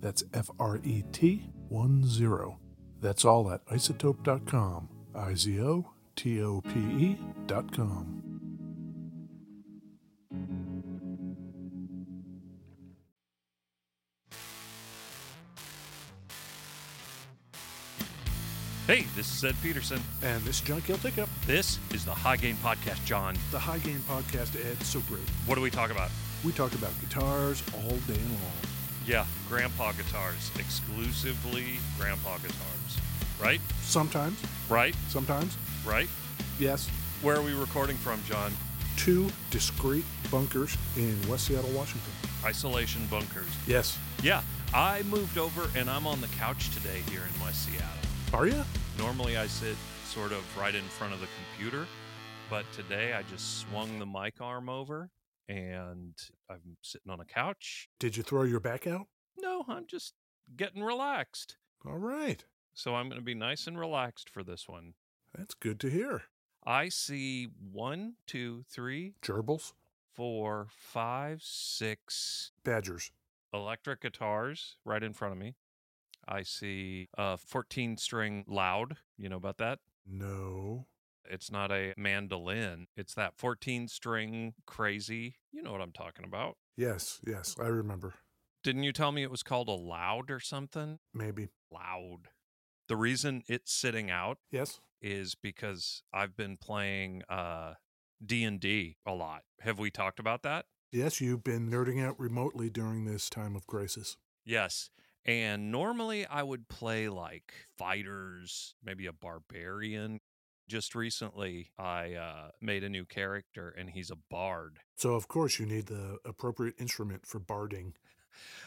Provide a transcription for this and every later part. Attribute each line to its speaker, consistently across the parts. Speaker 1: That's F R E T 1 0. That's all at isotope.com. I Z O T O P E E.com.
Speaker 2: Hey, this is Ed Peterson.
Speaker 1: And this is John Kill Pickup,
Speaker 2: This is the High Gain Podcast, John.
Speaker 1: the High Gain podcast at So Great.
Speaker 2: What do we talk about?
Speaker 1: We talk about guitars all day long.
Speaker 2: Yeah, grandpa guitars. Exclusively grandpa guitars. Right?
Speaker 1: Sometimes,
Speaker 2: Right?
Speaker 1: sometimes,
Speaker 2: Right?
Speaker 1: yes,
Speaker 2: Where are we recording from, John?
Speaker 1: two discrete bunkers in West Seattle, Washington.
Speaker 2: Isolation bunkers.
Speaker 1: Yes.
Speaker 2: Yeah, I moved over and I'm on the couch today here in West Seattle.
Speaker 1: Are you?
Speaker 2: Normally I sit sort of right in front of the computer, but today I just swung the mic arm over and I'm sitting on a couch.
Speaker 1: Did you throw your back out?
Speaker 2: No, I'm just getting relaxed.
Speaker 1: All right.
Speaker 2: So I'm going to be nice and relaxed for this one.
Speaker 1: That's good to hear.
Speaker 2: I see one, two, three,
Speaker 1: Gerbils,
Speaker 2: four, five, six
Speaker 1: badgers.
Speaker 2: electric guitars right in front of me. I see a 14 string loud. You know about that?
Speaker 1: No.
Speaker 2: It's not a mandolin, it's that 14 string crazy. You know what I'm talking about.
Speaker 1: Yes, yes, I remember.
Speaker 2: Didn't you tell me it was called a loud or something?
Speaker 1: Maybe.
Speaker 2: Loud. The reason it's sitting out
Speaker 1: Yes.
Speaker 2: is because I've been playing uh D&D a lot. Have we talked about that?
Speaker 1: Yes, you've been nerding out remotely during this time of crisis.
Speaker 2: Yes. And normally I would play like fighters, maybe a barbarian. Just recently I uh made a new character and he's a bard.
Speaker 1: So, of course, you need the appropriate instrument for barding.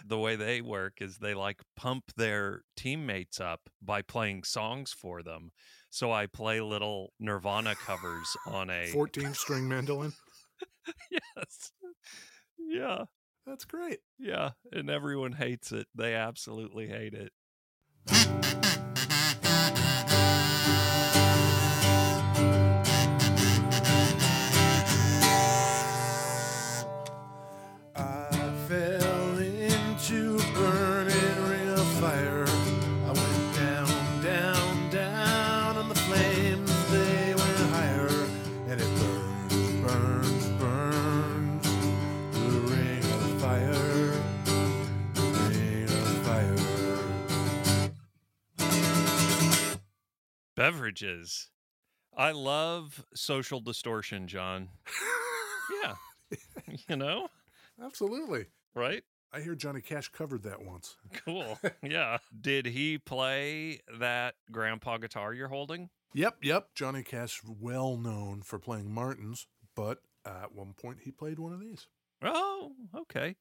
Speaker 2: The way they work is they like pump their teammates up by playing songs for them. So I play little Nirvana covers on a
Speaker 1: 14 string mandolin.
Speaker 2: Yes. Yeah.
Speaker 1: That's great.
Speaker 2: Yeah, and everyone hates it. They absolutely hate it.
Speaker 1: I fell into a burning ring of fire. I went down, down, down, and the flames they went higher. And it burns, burns, burns. The ring of fire, the ring of fire.
Speaker 2: Beverages. I love social distortion, John. Yeah. you know,
Speaker 1: Absolutely.
Speaker 2: right?
Speaker 1: I hear Johnny Cash covered that once.
Speaker 2: Cool. Yeah. Did he play that grandpa guitar you're holding?
Speaker 1: Yep, yep. Johnny Cash, well known for playing Martins, but at one point he played one of these.
Speaker 2: Oh, okay.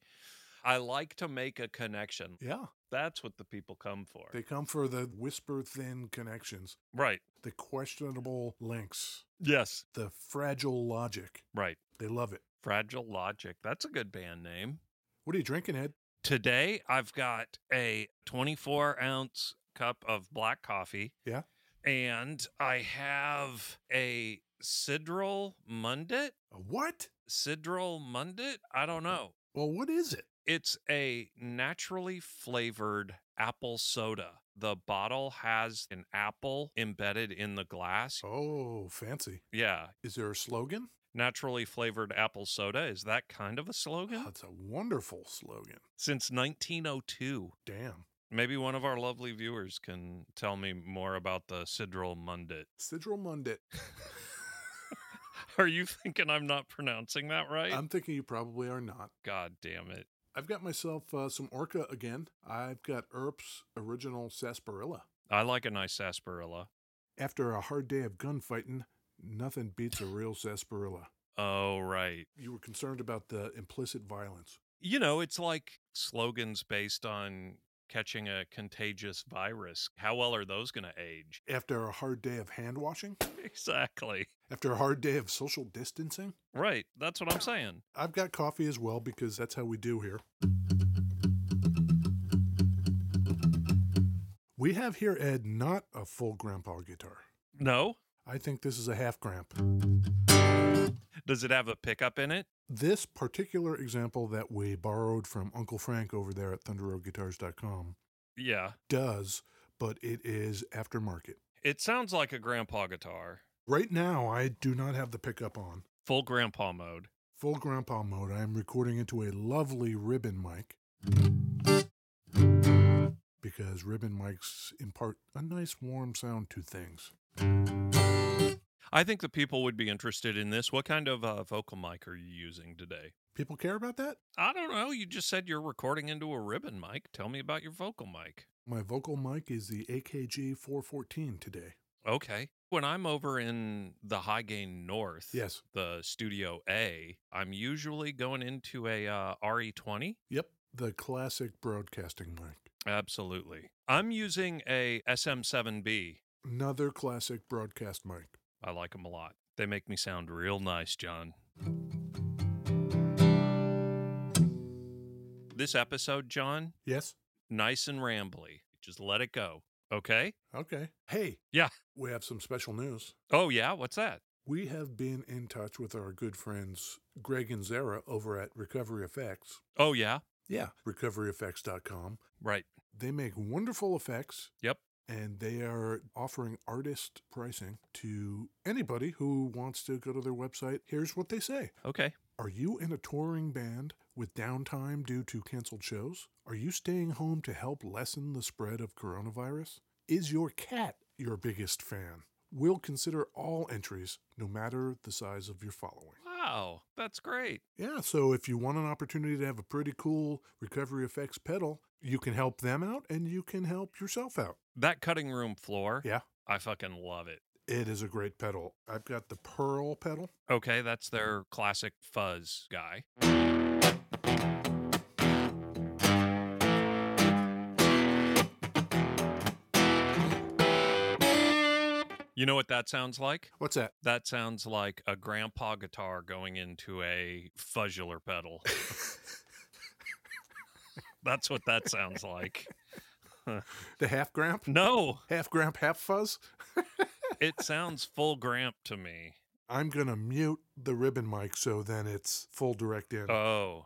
Speaker 2: I like to make a connection.
Speaker 1: Yeah.
Speaker 2: That's what the people come for.
Speaker 1: They come for the whisper thin connections,
Speaker 2: right.
Speaker 1: the questionable links,
Speaker 2: Yes.
Speaker 1: the fragile logic.
Speaker 2: Right.
Speaker 1: They love it.
Speaker 2: Fragile Logic. That's a good band name.
Speaker 1: What are you drinking, Ed?
Speaker 2: Today, I've got a 24 ounce cup of black coffee.
Speaker 1: Yeah.
Speaker 2: And I have a Sidral Mundit.
Speaker 1: A What?
Speaker 2: Sidral Mundit? I don't know.
Speaker 1: Well, what is it?
Speaker 2: It's a naturally flavored apple soda. The bottle has an apple embedded in the glass.
Speaker 1: Oh, fancy.
Speaker 2: Yeah.
Speaker 1: Is there a slogan?
Speaker 2: Naturally flavored apple soda. Is that kind of a slogan?
Speaker 1: That's a wonderful slogan.
Speaker 2: Since 1902.
Speaker 1: Damn.
Speaker 2: Maybe one of our lovely viewers can tell me more about the Sidral Mundit.
Speaker 1: Sidral Mundit.
Speaker 2: Are you thinking I'm not pronouncing that right?
Speaker 1: I'm thinking you probably are not.
Speaker 2: God damn it.
Speaker 1: I've got myself uh, some Orca again. I've got Earp's original sarsaparilla.
Speaker 2: I like a nice sarsaparilla.
Speaker 1: After a hard day of gunfighting, nothing beats a real sarsaparilla.
Speaker 2: Oh, right.
Speaker 1: You were concerned about the implicit violence.
Speaker 2: You know, it's like slogans based on catching a contagious virus. How well are those going to age?
Speaker 1: After a hard day of hand washing,
Speaker 2: Exactly.
Speaker 1: after a hard day of social distancing,
Speaker 2: Right. That's what I'm saying.
Speaker 1: I've got coffee as well because that's how we do here. We have here, Ed, not a full grandpa guitar.
Speaker 2: No?
Speaker 1: I think this is a half gramp.
Speaker 2: Does it have a pickup in it?
Speaker 1: This particular example that we borrowed from Uncle Frank over there at thunderroadguitars.com
Speaker 2: Yeah.
Speaker 1: does, but it is aftermarket.
Speaker 2: It sounds like a grandpa guitar.
Speaker 1: Right now, I do not have the pickup on.
Speaker 2: Full grandpa mode.
Speaker 1: Full grandpa mode, I am recording into a lovely ribbon mic because ribbon mics impart a nice warm sound to things.
Speaker 2: I think the people would be interested in this. What kind of uh, vocal mic are you using today?
Speaker 1: People care about that?
Speaker 2: I don't know. You just said you're recording into a ribbon mic. Tell me about your vocal mic.
Speaker 1: My vocal mic is the AKG 414 today.
Speaker 2: Okay. When I'm over in the High Gain North,
Speaker 1: Yes.
Speaker 2: the Studio A, I'm usually going into a uh, RE20.
Speaker 1: Yep. The classic broadcasting mic.
Speaker 2: Absolutely. I'm using a SM7B.
Speaker 1: Another classic broadcast mic.
Speaker 2: I like them a lot. They make me sound real nice, John. This episode, John,
Speaker 1: Yes.
Speaker 2: nice and rambly. Just let it go. Okay?
Speaker 1: Okay. Hey.
Speaker 2: Yeah.
Speaker 1: We have some special news.
Speaker 2: Oh, yeah. What's that?
Speaker 1: We have been in touch with our good friends Greg and Zara over at Recovery Effects.
Speaker 2: Oh, yeah.
Speaker 1: Yeah. RecoveryEffects.com.
Speaker 2: Right.
Speaker 1: They make wonderful effects.
Speaker 2: Yep.
Speaker 1: And they are offering artist pricing to anybody who wants to go to their website. Here's what they say
Speaker 2: Okay.
Speaker 1: Are you in a touring band with downtime due to canceled shows? Are you staying home to help lessen the spread of coronavirus? Is your cat your biggest fan? We'll consider all entries, no matter the size of your following.
Speaker 2: Wow. That's great.
Speaker 1: Yeah, so if you want an opportunity to have a pretty cool recovery effects pedal, you can help them out and you can help yourself out.
Speaker 2: That cutting room floor.
Speaker 1: Yeah.
Speaker 2: I fucking love it.
Speaker 1: It is a great pedal. I've got the Pearl pedal.
Speaker 2: Okay. That's their classic fuzz guy. You know what that sounds like?
Speaker 1: What's that?
Speaker 2: That sounds like a grandpa guitar going into a fuzzular pedal. That's what that sounds like.
Speaker 1: The half gramp?
Speaker 2: No,
Speaker 1: Half gramp, half fuzz?
Speaker 2: it sounds full gramp to me.
Speaker 1: I'm going to mute the ribbon mic so then it's full direct in.
Speaker 2: Oh.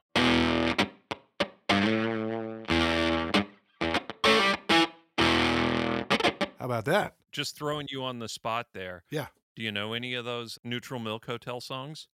Speaker 1: How about that?
Speaker 2: Just throwing you on the spot there.
Speaker 1: Yeah.
Speaker 2: Do you know any of those Neutral Milk Hotel songs?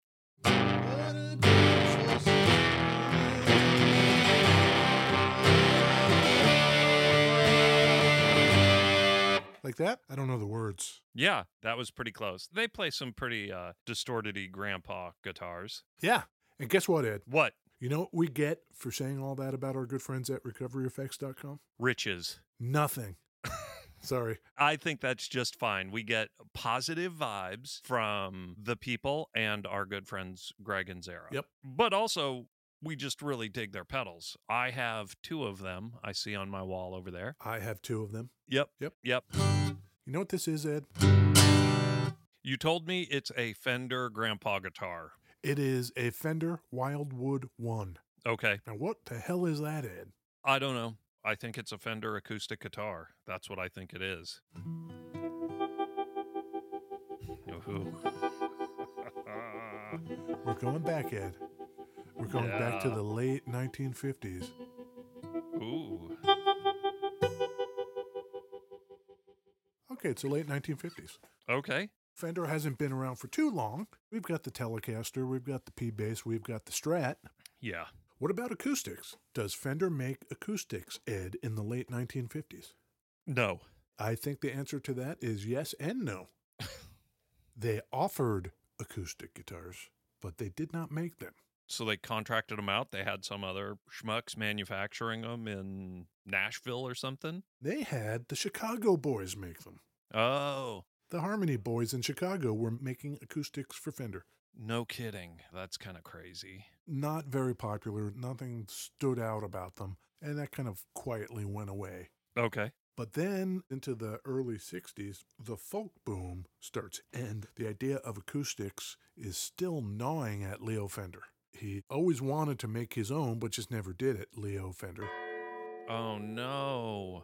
Speaker 1: Like that? I don't know the words.
Speaker 2: Yeah, that was pretty close. They play some pretty uh, distorted grandpa guitars.
Speaker 1: Yeah. And guess what, Ed?
Speaker 2: What?
Speaker 1: You know what we get for saying all that about our good friends at recoveryeffects.com?
Speaker 2: Riches.
Speaker 1: Nothing. Sorry.
Speaker 2: I think that's just fine. We get positive vibes from the people and our good friends Greg and Zara.
Speaker 1: Yep.
Speaker 2: But also, we just really dig their pedals. I have two of them I see on my wall over there.
Speaker 1: I have two of them.
Speaker 2: Yep.
Speaker 1: Yep.
Speaker 2: Yep.
Speaker 1: You know what this is, Ed?
Speaker 2: You told me it's a Fender grandpa guitar.
Speaker 1: It is a Fender Wildwood 1.
Speaker 2: Okay.
Speaker 1: Now, what the hell is that, Ed?
Speaker 2: I don't know. I think it's a Fender acoustic guitar. That's what I think it is. Ooh.
Speaker 1: We're going back, Ed. We're going back to
Speaker 2: Yeah.
Speaker 1: the late 1950s.
Speaker 2: Ooh.
Speaker 1: Okay, it's the late 1950s.
Speaker 2: Okay.
Speaker 1: Fender hasn't been around for too long. We've got the Telecaster, we've got the P Bass, we've got the Strat.
Speaker 2: Yeah.
Speaker 1: What about acoustics? Does Fender make acoustics, Ed, in the late 1950s?
Speaker 2: No.
Speaker 1: I think the answer to that is yes and no. they offered acoustic guitars, but they did not make them.
Speaker 2: So they contracted them out. They had some other schmucks manufacturing them in Nashville or something.
Speaker 1: They had the Chicago Boys make them.
Speaker 2: Oh,
Speaker 1: The Harmony Boys in Chicago were making acoustics for Fender.
Speaker 2: no kidding. That's kind of crazy.
Speaker 1: Not very popular, nothing stood out about them, and that kind of quietly went away.
Speaker 2: Okay.
Speaker 1: But then into the early 60s, the folk boom starts, and the idea of acoustics is still gnawing at Leo Fender. He always wanted to make his own, but just never did it, Leo Fender.
Speaker 2: Oh, no.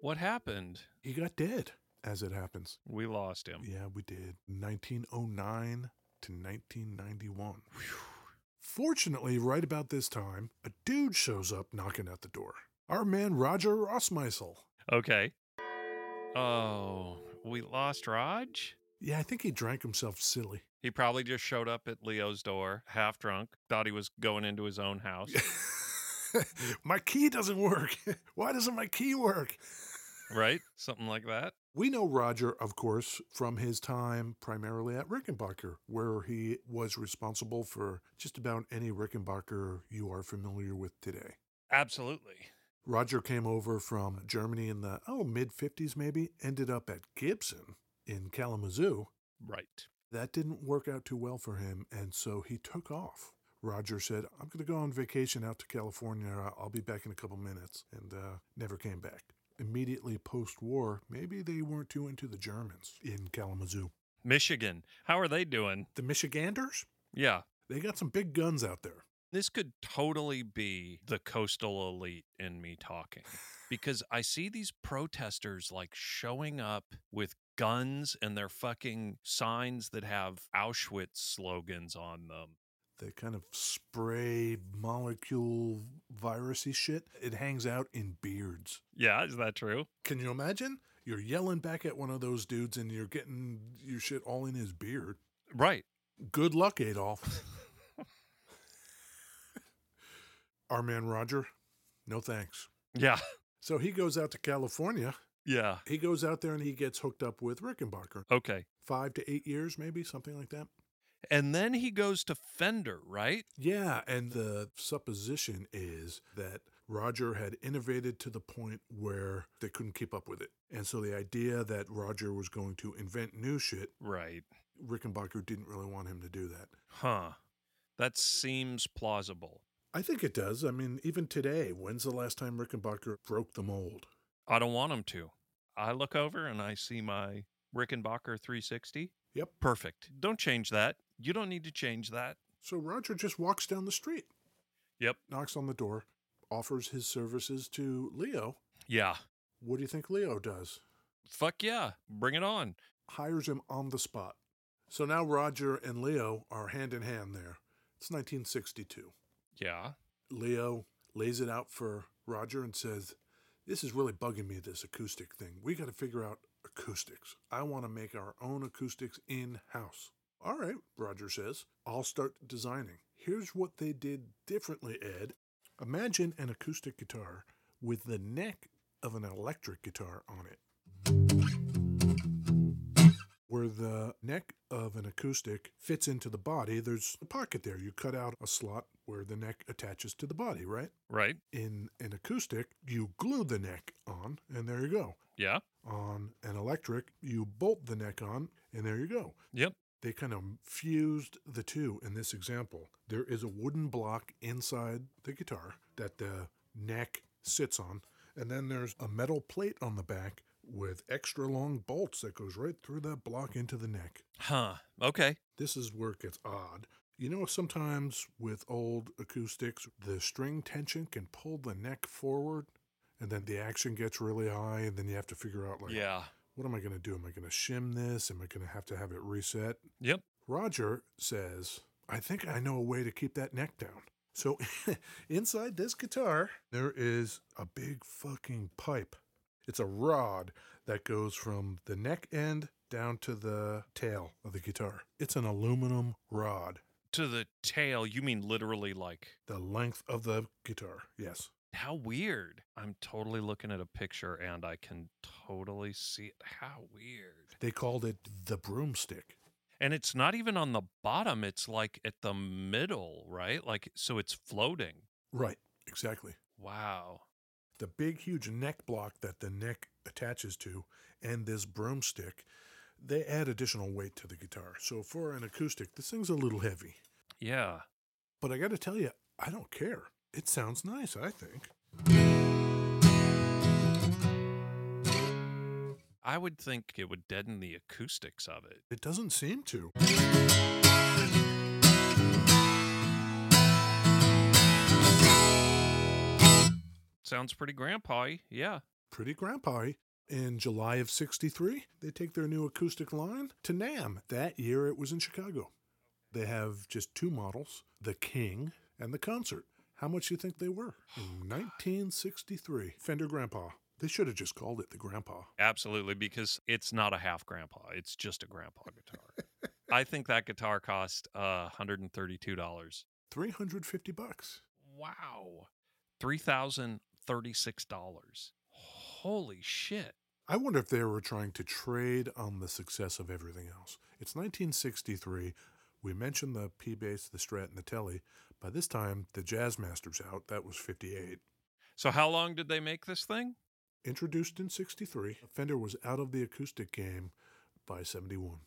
Speaker 2: What happened?
Speaker 1: He got dead, as it happens.
Speaker 2: We lost him.
Speaker 1: Yeah, we did. 1909 to 1991.
Speaker 2: Phew.
Speaker 1: Fortunately, right about this time, a dude shows up knocking at the door. Our man Roger Rossmeisel.
Speaker 2: Okay. Oh, we lost Raj?
Speaker 1: Yeah, I think he drank himself silly.
Speaker 2: He probably just showed up at Leo's door, half drunk, thought he was going into his own house.
Speaker 1: my key doesn't work. Why doesn't my key work?
Speaker 2: right? Something like that.
Speaker 1: We know Roger, of course, from his time primarily at Rickenbacker, where he was responsible for just about any Rickenbacker you are familiar with today.
Speaker 2: Absolutely.
Speaker 1: Roger came over from Germany in the oh mid 50s maybe, ended up at Gibson in Kalamazoo.
Speaker 2: Right.
Speaker 1: That didn't work out too well for him, and so he took off. Roger said, "I'm going to go on vacation out to California. I'll be back in a couple minutes," and uh, never came back. Immediately post-war, maybe they weren't too into the Germans in Kalamazoo.
Speaker 2: Michigan. How are they doing?
Speaker 1: The Michiganders,
Speaker 2: Yeah.
Speaker 1: they got some big guns out there.
Speaker 2: This could totally be the coastal elite in me talking because I see these protesters like showing up with guns and their fucking signs that have Auschwitz slogans on them.
Speaker 1: They kind of spray molecule virusy shit. It hangs out in beards.
Speaker 2: Yeah, is that true?
Speaker 1: Can you imagine? You're yelling back at one of those dudes and you're getting your shit all in his beard.
Speaker 2: Right.
Speaker 1: Good luck, Adolf. Our man Roger, no thanks.
Speaker 2: Yeah.
Speaker 1: So he goes out to California.
Speaker 2: Yeah.
Speaker 1: He goes out there and he gets hooked up with Rickenbacker.
Speaker 2: Okay.
Speaker 1: Five to eight years, maybe, something like that.
Speaker 2: And then he goes to Fender, right?
Speaker 1: Yeah, and the supposition is that Roger had innovated to the point where they couldn't keep up with it. And so the idea that Roger was going to invent new shit
Speaker 2: Right.
Speaker 1: Rickenbacker didn't really want him to do that.
Speaker 2: Huh. That seems plausible.
Speaker 1: I think it does. I mean, even today, when's the last time Rickenbacker broke the mold?
Speaker 2: I don't want him to. I look over and I see my Rickenbacker 360.
Speaker 1: Yep.
Speaker 2: Perfect. Don't change that. You don't need to change that.
Speaker 1: So Roger just walks down the street,
Speaker 2: Yep.
Speaker 1: knocks on the door, offers his services to Leo.
Speaker 2: Yeah.
Speaker 1: What do you think Leo does?
Speaker 2: Fuck yeah. Bring it on.
Speaker 1: Hires him on the spot. So now Roger and Leo are hand in hand there. It's 1962.
Speaker 2: Yeah.
Speaker 1: Leo lays it out for Roger and says, This is really bugging me, this acoustic thing. We got to figure out acoustics. I want to make our own acoustics in house. All right, Roger says, I'll start designing. Here's what they did differently, Ed. Imagine an acoustic guitar with the neck of an electric guitar on it. Where the neck of an acoustic fits into the body, there's a pocket there. You cut out a slot where the neck attaches to the body, right?
Speaker 2: Right.
Speaker 1: In an acoustic, you glue the neck on, and there you go.
Speaker 2: Yeah.
Speaker 1: On an electric, you bolt the neck on, and there you go.
Speaker 2: Yep.
Speaker 1: They kind of fused the two in this example. There is a wooden block inside the guitar that the neck sits on, and then there's a metal plate on the back with extra long bolts that goes right through that block into the neck.
Speaker 2: Huh. Okay.
Speaker 1: This is where it gets odd. You know, sometimes with old acoustics, the string tension can pull the neck forward and then the action gets really high, and then you have to figure out like,
Speaker 2: yeah.
Speaker 1: what am I going to do? Am I going to shim this? Am I going to have to have it reset?
Speaker 2: Yep.
Speaker 1: Roger says, I think I know a way to keep that neck down. So inside this guitar, there is a big fucking pipe. It's a rod that goes from the neck end down to the tail of the guitar. It's an aluminum rod,
Speaker 2: To the tail, you mean literally like
Speaker 1: the length of the guitar. Yes.
Speaker 2: how weird. I'm totally looking at a picture and I can totally see it. How weird.
Speaker 1: They called it the broomstick.
Speaker 2: And it's not even on the bottom, it's like at the middle, right? Like so it's floating.
Speaker 1: Right, exactly.
Speaker 2: Wow.
Speaker 1: the big huge neck block that the neck attaches to and this broomstick they add additional weight to the guitar so for an acoustic this thing's a little heavy
Speaker 2: Yeah.
Speaker 1: but i gotta tell you i don't care it sounds nice i think
Speaker 2: I would think it would deaden the acoustics of it.
Speaker 1: it doesn't seem to
Speaker 2: Sounds pretty grandpa Yeah.
Speaker 1: pretty grandpa in july of 63 they take their new acoustic line to nam that year it was in chicago they have just two models the king and the concert how much do you think they were in 1963 fender grandpa they should have just called it the grandpa
Speaker 2: Absolutely, because it's not a half grandpa. It's just a grandpa guitar. I think that guitar cost uh, $132.
Speaker 1: 350 bucks.
Speaker 2: Wow. $3,036. Holy shit.
Speaker 1: I wonder if they were trying to trade on the success of everything else. It's 1963. We mentioned the P bass, the Strat, and the Telly. By this time, the Jazz Master's out. That was 58.
Speaker 2: So, how long did they make this thing?
Speaker 1: Introduced in 63, Fender was out of the acoustic game by 71.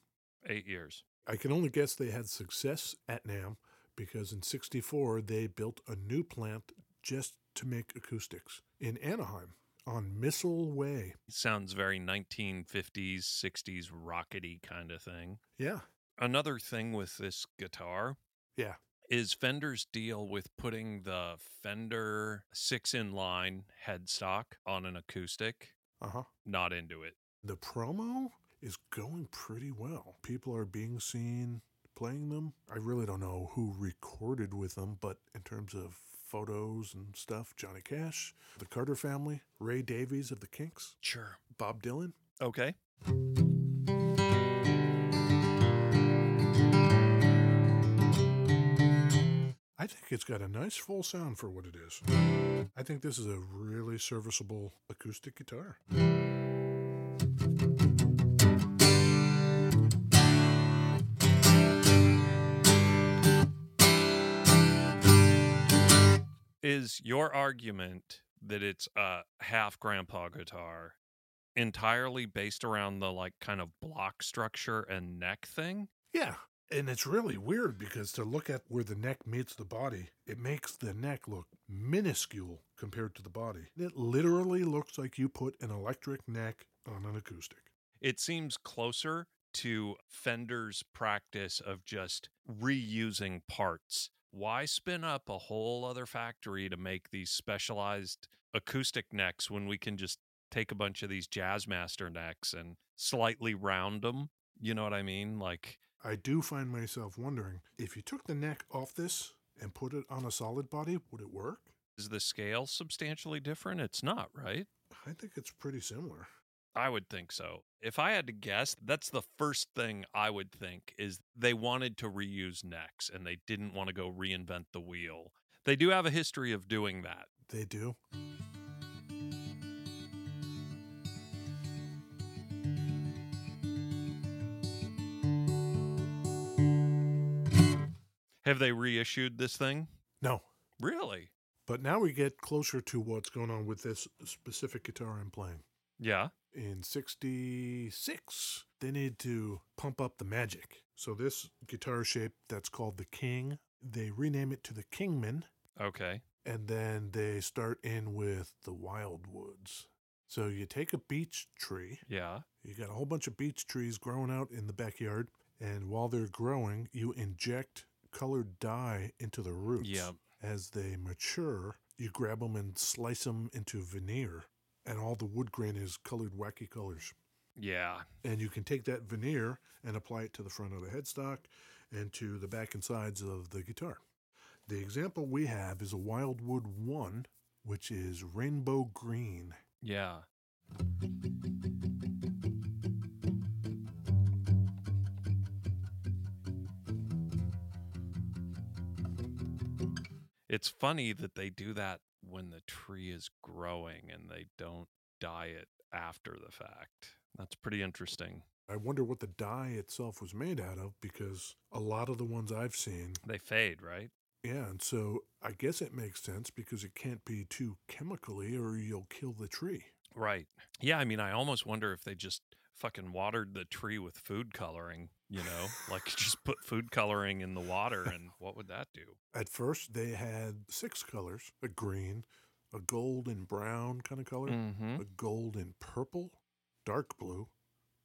Speaker 2: Eight years.
Speaker 1: I can only guess they had success at NAM because in 64 they built a new plant just to make acoustics in Anaheim on Missile Way.
Speaker 2: Sounds very 1950s, 60s rockety kind of thing.
Speaker 1: Yeah.
Speaker 2: Another thing with this guitar
Speaker 1: Yeah.
Speaker 2: is Fender's deal with putting the Fender 6 in line headstock on an acoustic.
Speaker 1: Uh huh.
Speaker 2: Not into it.
Speaker 1: the promo is going pretty well. People are being seen playing them. I really don't know who recorded with them, but in terms of photos and stuff, Johnny Cash, the Carter family, Ray Davies of the Kinks,
Speaker 2: Sure.
Speaker 1: Bob Dylan.
Speaker 2: Okay.
Speaker 1: I think it's got a nice full sound for what it is. I think this is a really serviceable acoustic guitar.
Speaker 2: is your argument that it's a half grandpa guitar entirely based around the like kind of block structure and neck thing
Speaker 1: Yeah. And it's really weird because to look at where the neck meets the body, it makes the neck look minuscule compared to the body. It literally looks like you put an electric neck on an acoustic.
Speaker 2: it seems closer to fender's practice of just reusing parts why spin up a whole other factory to make these specialized acoustic necks when we can just take a bunch of these jazzmaster necks and slightly round them you know what i mean like
Speaker 1: I do find myself wondering if you took the neck off this and put it on a solid body, would it work?
Speaker 2: is the scale substantially different? It's not, right?
Speaker 1: I think it's pretty similar.
Speaker 2: I would think so. If I had to guess, that's the first thing I would think is they wanted to reuse necks and they didn't want to go reinvent the wheel. They do have a history of doing that.
Speaker 1: They do.
Speaker 2: Have they reissued this thing?
Speaker 1: No.
Speaker 2: Really?
Speaker 1: But now we get closer to what's going on with this specific guitar I'm playing.
Speaker 2: Yeah.
Speaker 1: in 66 they need to pump up the magic so this guitar shape that's called the king they rename it to the kingman
Speaker 2: Okay.
Speaker 1: and then they start in with the wildwoods so you take a beech tree
Speaker 2: Yeah.
Speaker 1: you got a whole bunch of beech trees growing out in the backyard and while they're growing you inject colored dye into the roots
Speaker 2: Yeah.
Speaker 1: as they mature You grab them and slice them into veneer, and all the wood grain is colored wacky colors.
Speaker 2: Yeah.
Speaker 1: And you can take that veneer and apply it to the front of the headstock and to the back and sides of the guitar. The example we have is a Wildwood 1, which is rainbow green.
Speaker 2: Yeah. It's funny that they do that when the tree is growing and they don't dye it after the fact. That's pretty interesting.
Speaker 1: I wonder what the dye itself was made out of because a lot of the ones I've seen,
Speaker 2: They fade, right?
Speaker 1: yeah, and so I guess it makes sense because it can't be too chemically or you'll kill the tree.
Speaker 2: Right. Yeah, I mean, I almost wonder if they just fucking watered the tree with food coloring, you know? like just put food coloring in the water and what would that do?
Speaker 1: At first, they had six colors a green, a gold and brown kind of color,
Speaker 2: Mm-hmm.
Speaker 1: a gold and purple, dark blue,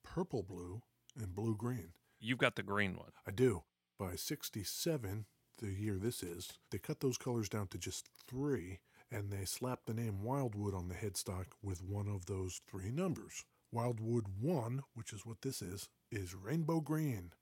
Speaker 1: purple blue, and blue green.
Speaker 2: You've got the green one.
Speaker 1: I do. By 67, the year this is, they cut those colors down to just three and they slapped the name Wildwood on the headstock with one of those three numbers. Wildwood 1, which is what this is, is rainbow green.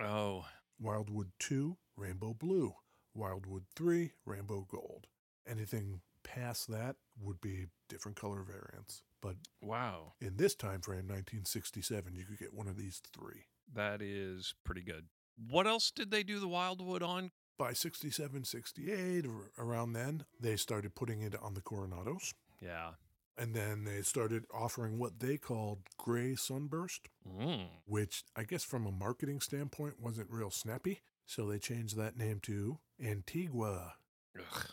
Speaker 2: Oh,
Speaker 1: Wildwood 2, rainbow blue. Wildwood 3, rainbow gold. Anything past that would be different color variants. But
Speaker 2: wow.
Speaker 1: in this time frame, 1967, you could get one of these three.
Speaker 2: That is pretty good. What else did they do the Wildwood on?
Speaker 1: by 67, 68, or around then, they started putting it on the Coronados.
Speaker 2: Yeah.
Speaker 1: And then they started offering what they called gray sunburst,
Speaker 2: Mm.
Speaker 1: which I guess from a marketing standpoint wasn't real snappy. So they changed that name to Antigua.
Speaker 2: Ugh.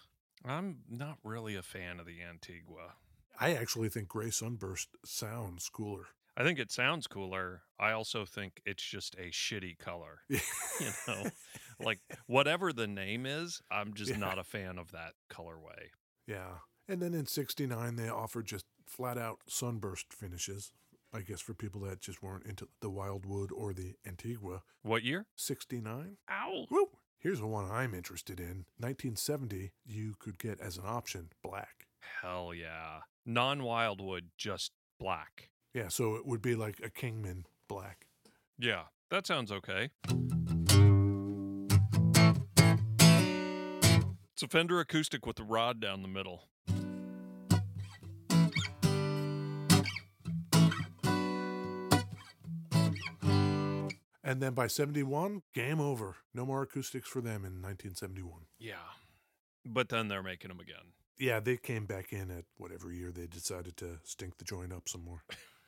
Speaker 2: I'm not really a fan of the Antigua.
Speaker 1: I actually think gray sunburst sounds cooler.
Speaker 2: I think it sounds cooler. I also think it's just a shitty color.
Speaker 1: you
Speaker 2: know, Like whatever the name is, I'm just
Speaker 1: Yeah.
Speaker 2: not a fan of that colorway.
Speaker 1: Yeah. And then in 69, they offered just flat out sunburst finishes, I guess for people that just weren't into the Wildwood or the Antigua.
Speaker 2: What year?
Speaker 1: 69?
Speaker 2: Ow.
Speaker 1: Woo! Here's the one I'm interested in. 1970, you could get as an option black.
Speaker 2: Hell yeah. Non wildwood, just black.
Speaker 1: Yeah, so it would be like a Kingman black.
Speaker 2: Yeah, that sounds okay. It's a Fender acoustic with a rod down the middle.
Speaker 1: And then by 71, game over. No more acoustics for them in 1971.
Speaker 2: Yeah. But then they're making them again.
Speaker 1: Yeah, they came back in at whatever year they decided to stink the joint up some more.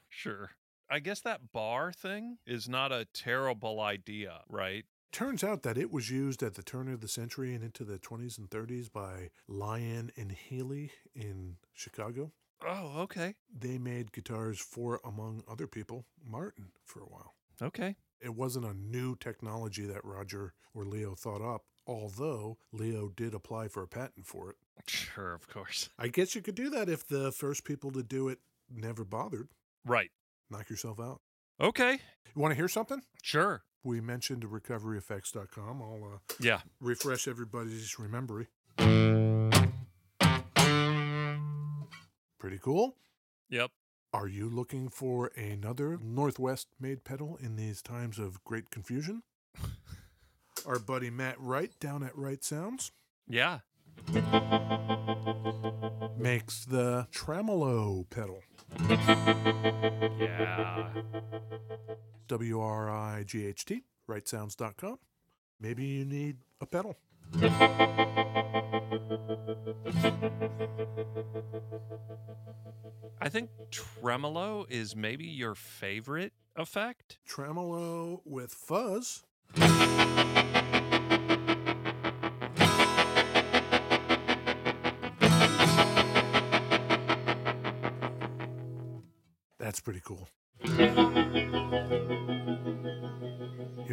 Speaker 2: Sure. I guess that bar thing is not a terrible idea, right?
Speaker 1: Turns out that it was used at the turn of the century and into the 20s and 30s by Lyon and Healy in Chicago.
Speaker 2: Oh, okay.
Speaker 1: They made guitars for, among other people, Martin for a while.
Speaker 2: Okay.
Speaker 1: it wasn't a new technology that Roger or Leo thought up, although Leo did apply for a patent for it.
Speaker 2: Sure, of course.
Speaker 1: I guess you could do that if the first people to do it never bothered.
Speaker 2: Right.
Speaker 1: Knock yourself out.
Speaker 2: Okay.
Speaker 1: You want to hear something?
Speaker 2: Sure.
Speaker 1: We mentioned recoveryeffects.com. I'll uh,
Speaker 2: Yeah.
Speaker 1: refresh everybody's memory. Pretty cool.
Speaker 2: Yep.
Speaker 1: Are you looking for another Northwest made pedal in these times of great confusion? Our buddy Matt Wright down at Wright Sounds
Speaker 2: Yeah.
Speaker 1: makes the tremolo pedal.
Speaker 2: Yeah.
Speaker 1: W R I G H T, rightsounds.com. Maybe you need a pedal.
Speaker 2: I think tremolo is maybe your favorite effect.
Speaker 1: Tremolo with fuzz. That's pretty cool. Hear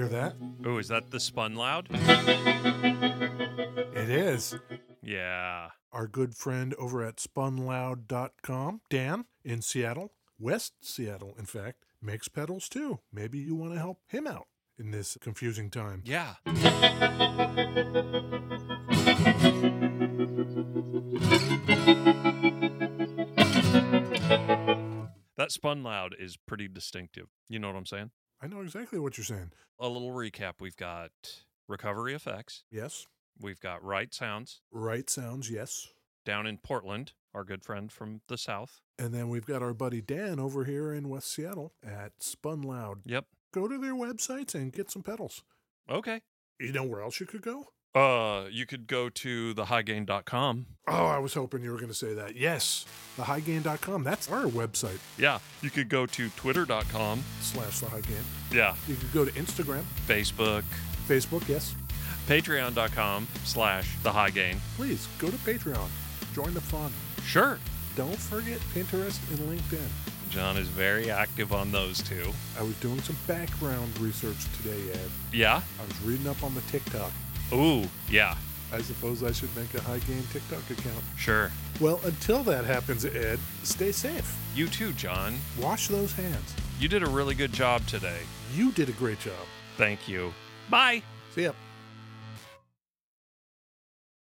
Speaker 1: that?
Speaker 2: Oh, is that the spun loud?
Speaker 1: It is.
Speaker 2: Yeah.
Speaker 1: our good friend over at spunloud.com, Dan in Seattle, West Seattle, in fact, makes pedals too. Maybe you want to help him out in this confusing time.
Speaker 2: Yeah. That spun loud is pretty distinctive. You know what I'm saying?
Speaker 1: I know exactly what you're saying.
Speaker 2: A little recap we've got recovery effects,
Speaker 1: Yes.
Speaker 2: we've got right sounds
Speaker 1: Right sounds, yes.
Speaker 2: down in Portland, our good friend from the South.
Speaker 1: And then we've got our buddy Dan over here in West Seattle at Spun Loud.
Speaker 2: Yep.
Speaker 1: Go to their websites and get some pedals.
Speaker 2: Okay.
Speaker 1: You know where else you could go?
Speaker 2: Uh, you could go to thehighgain.com.
Speaker 1: Oh, I was hoping you were going to say that. Yes, thehighgain.com. That's our website,
Speaker 2: Yeah. You could go to twitter.com.
Speaker 1: slash thehighgain.
Speaker 2: Yeah.
Speaker 1: You could go to Instagram,
Speaker 2: Facebook,
Speaker 1: Facebook, yes.
Speaker 2: patreon.com slash the high gain.
Speaker 1: Please go to Patreon. Join the fun.
Speaker 2: Sure.
Speaker 1: Don't forget Pinterest and LinkedIn.
Speaker 2: John is very active on those two.
Speaker 1: I was doing some background research today, Ed.
Speaker 2: Yeah.
Speaker 1: I was reading up on the TikTok.
Speaker 2: Ooh. Yeah.
Speaker 1: I suppose I should make a high gain TikTok account.
Speaker 2: Sure.
Speaker 1: Well, until that happens, Ed, stay safe.
Speaker 2: You too, John.
Speaker 1: Wash those hands.
Speaker 2: You did a really good job today.
Speaker 1: You did a great job.
Speaker 2: Thank you. Bye.
Speaker 1: See ya.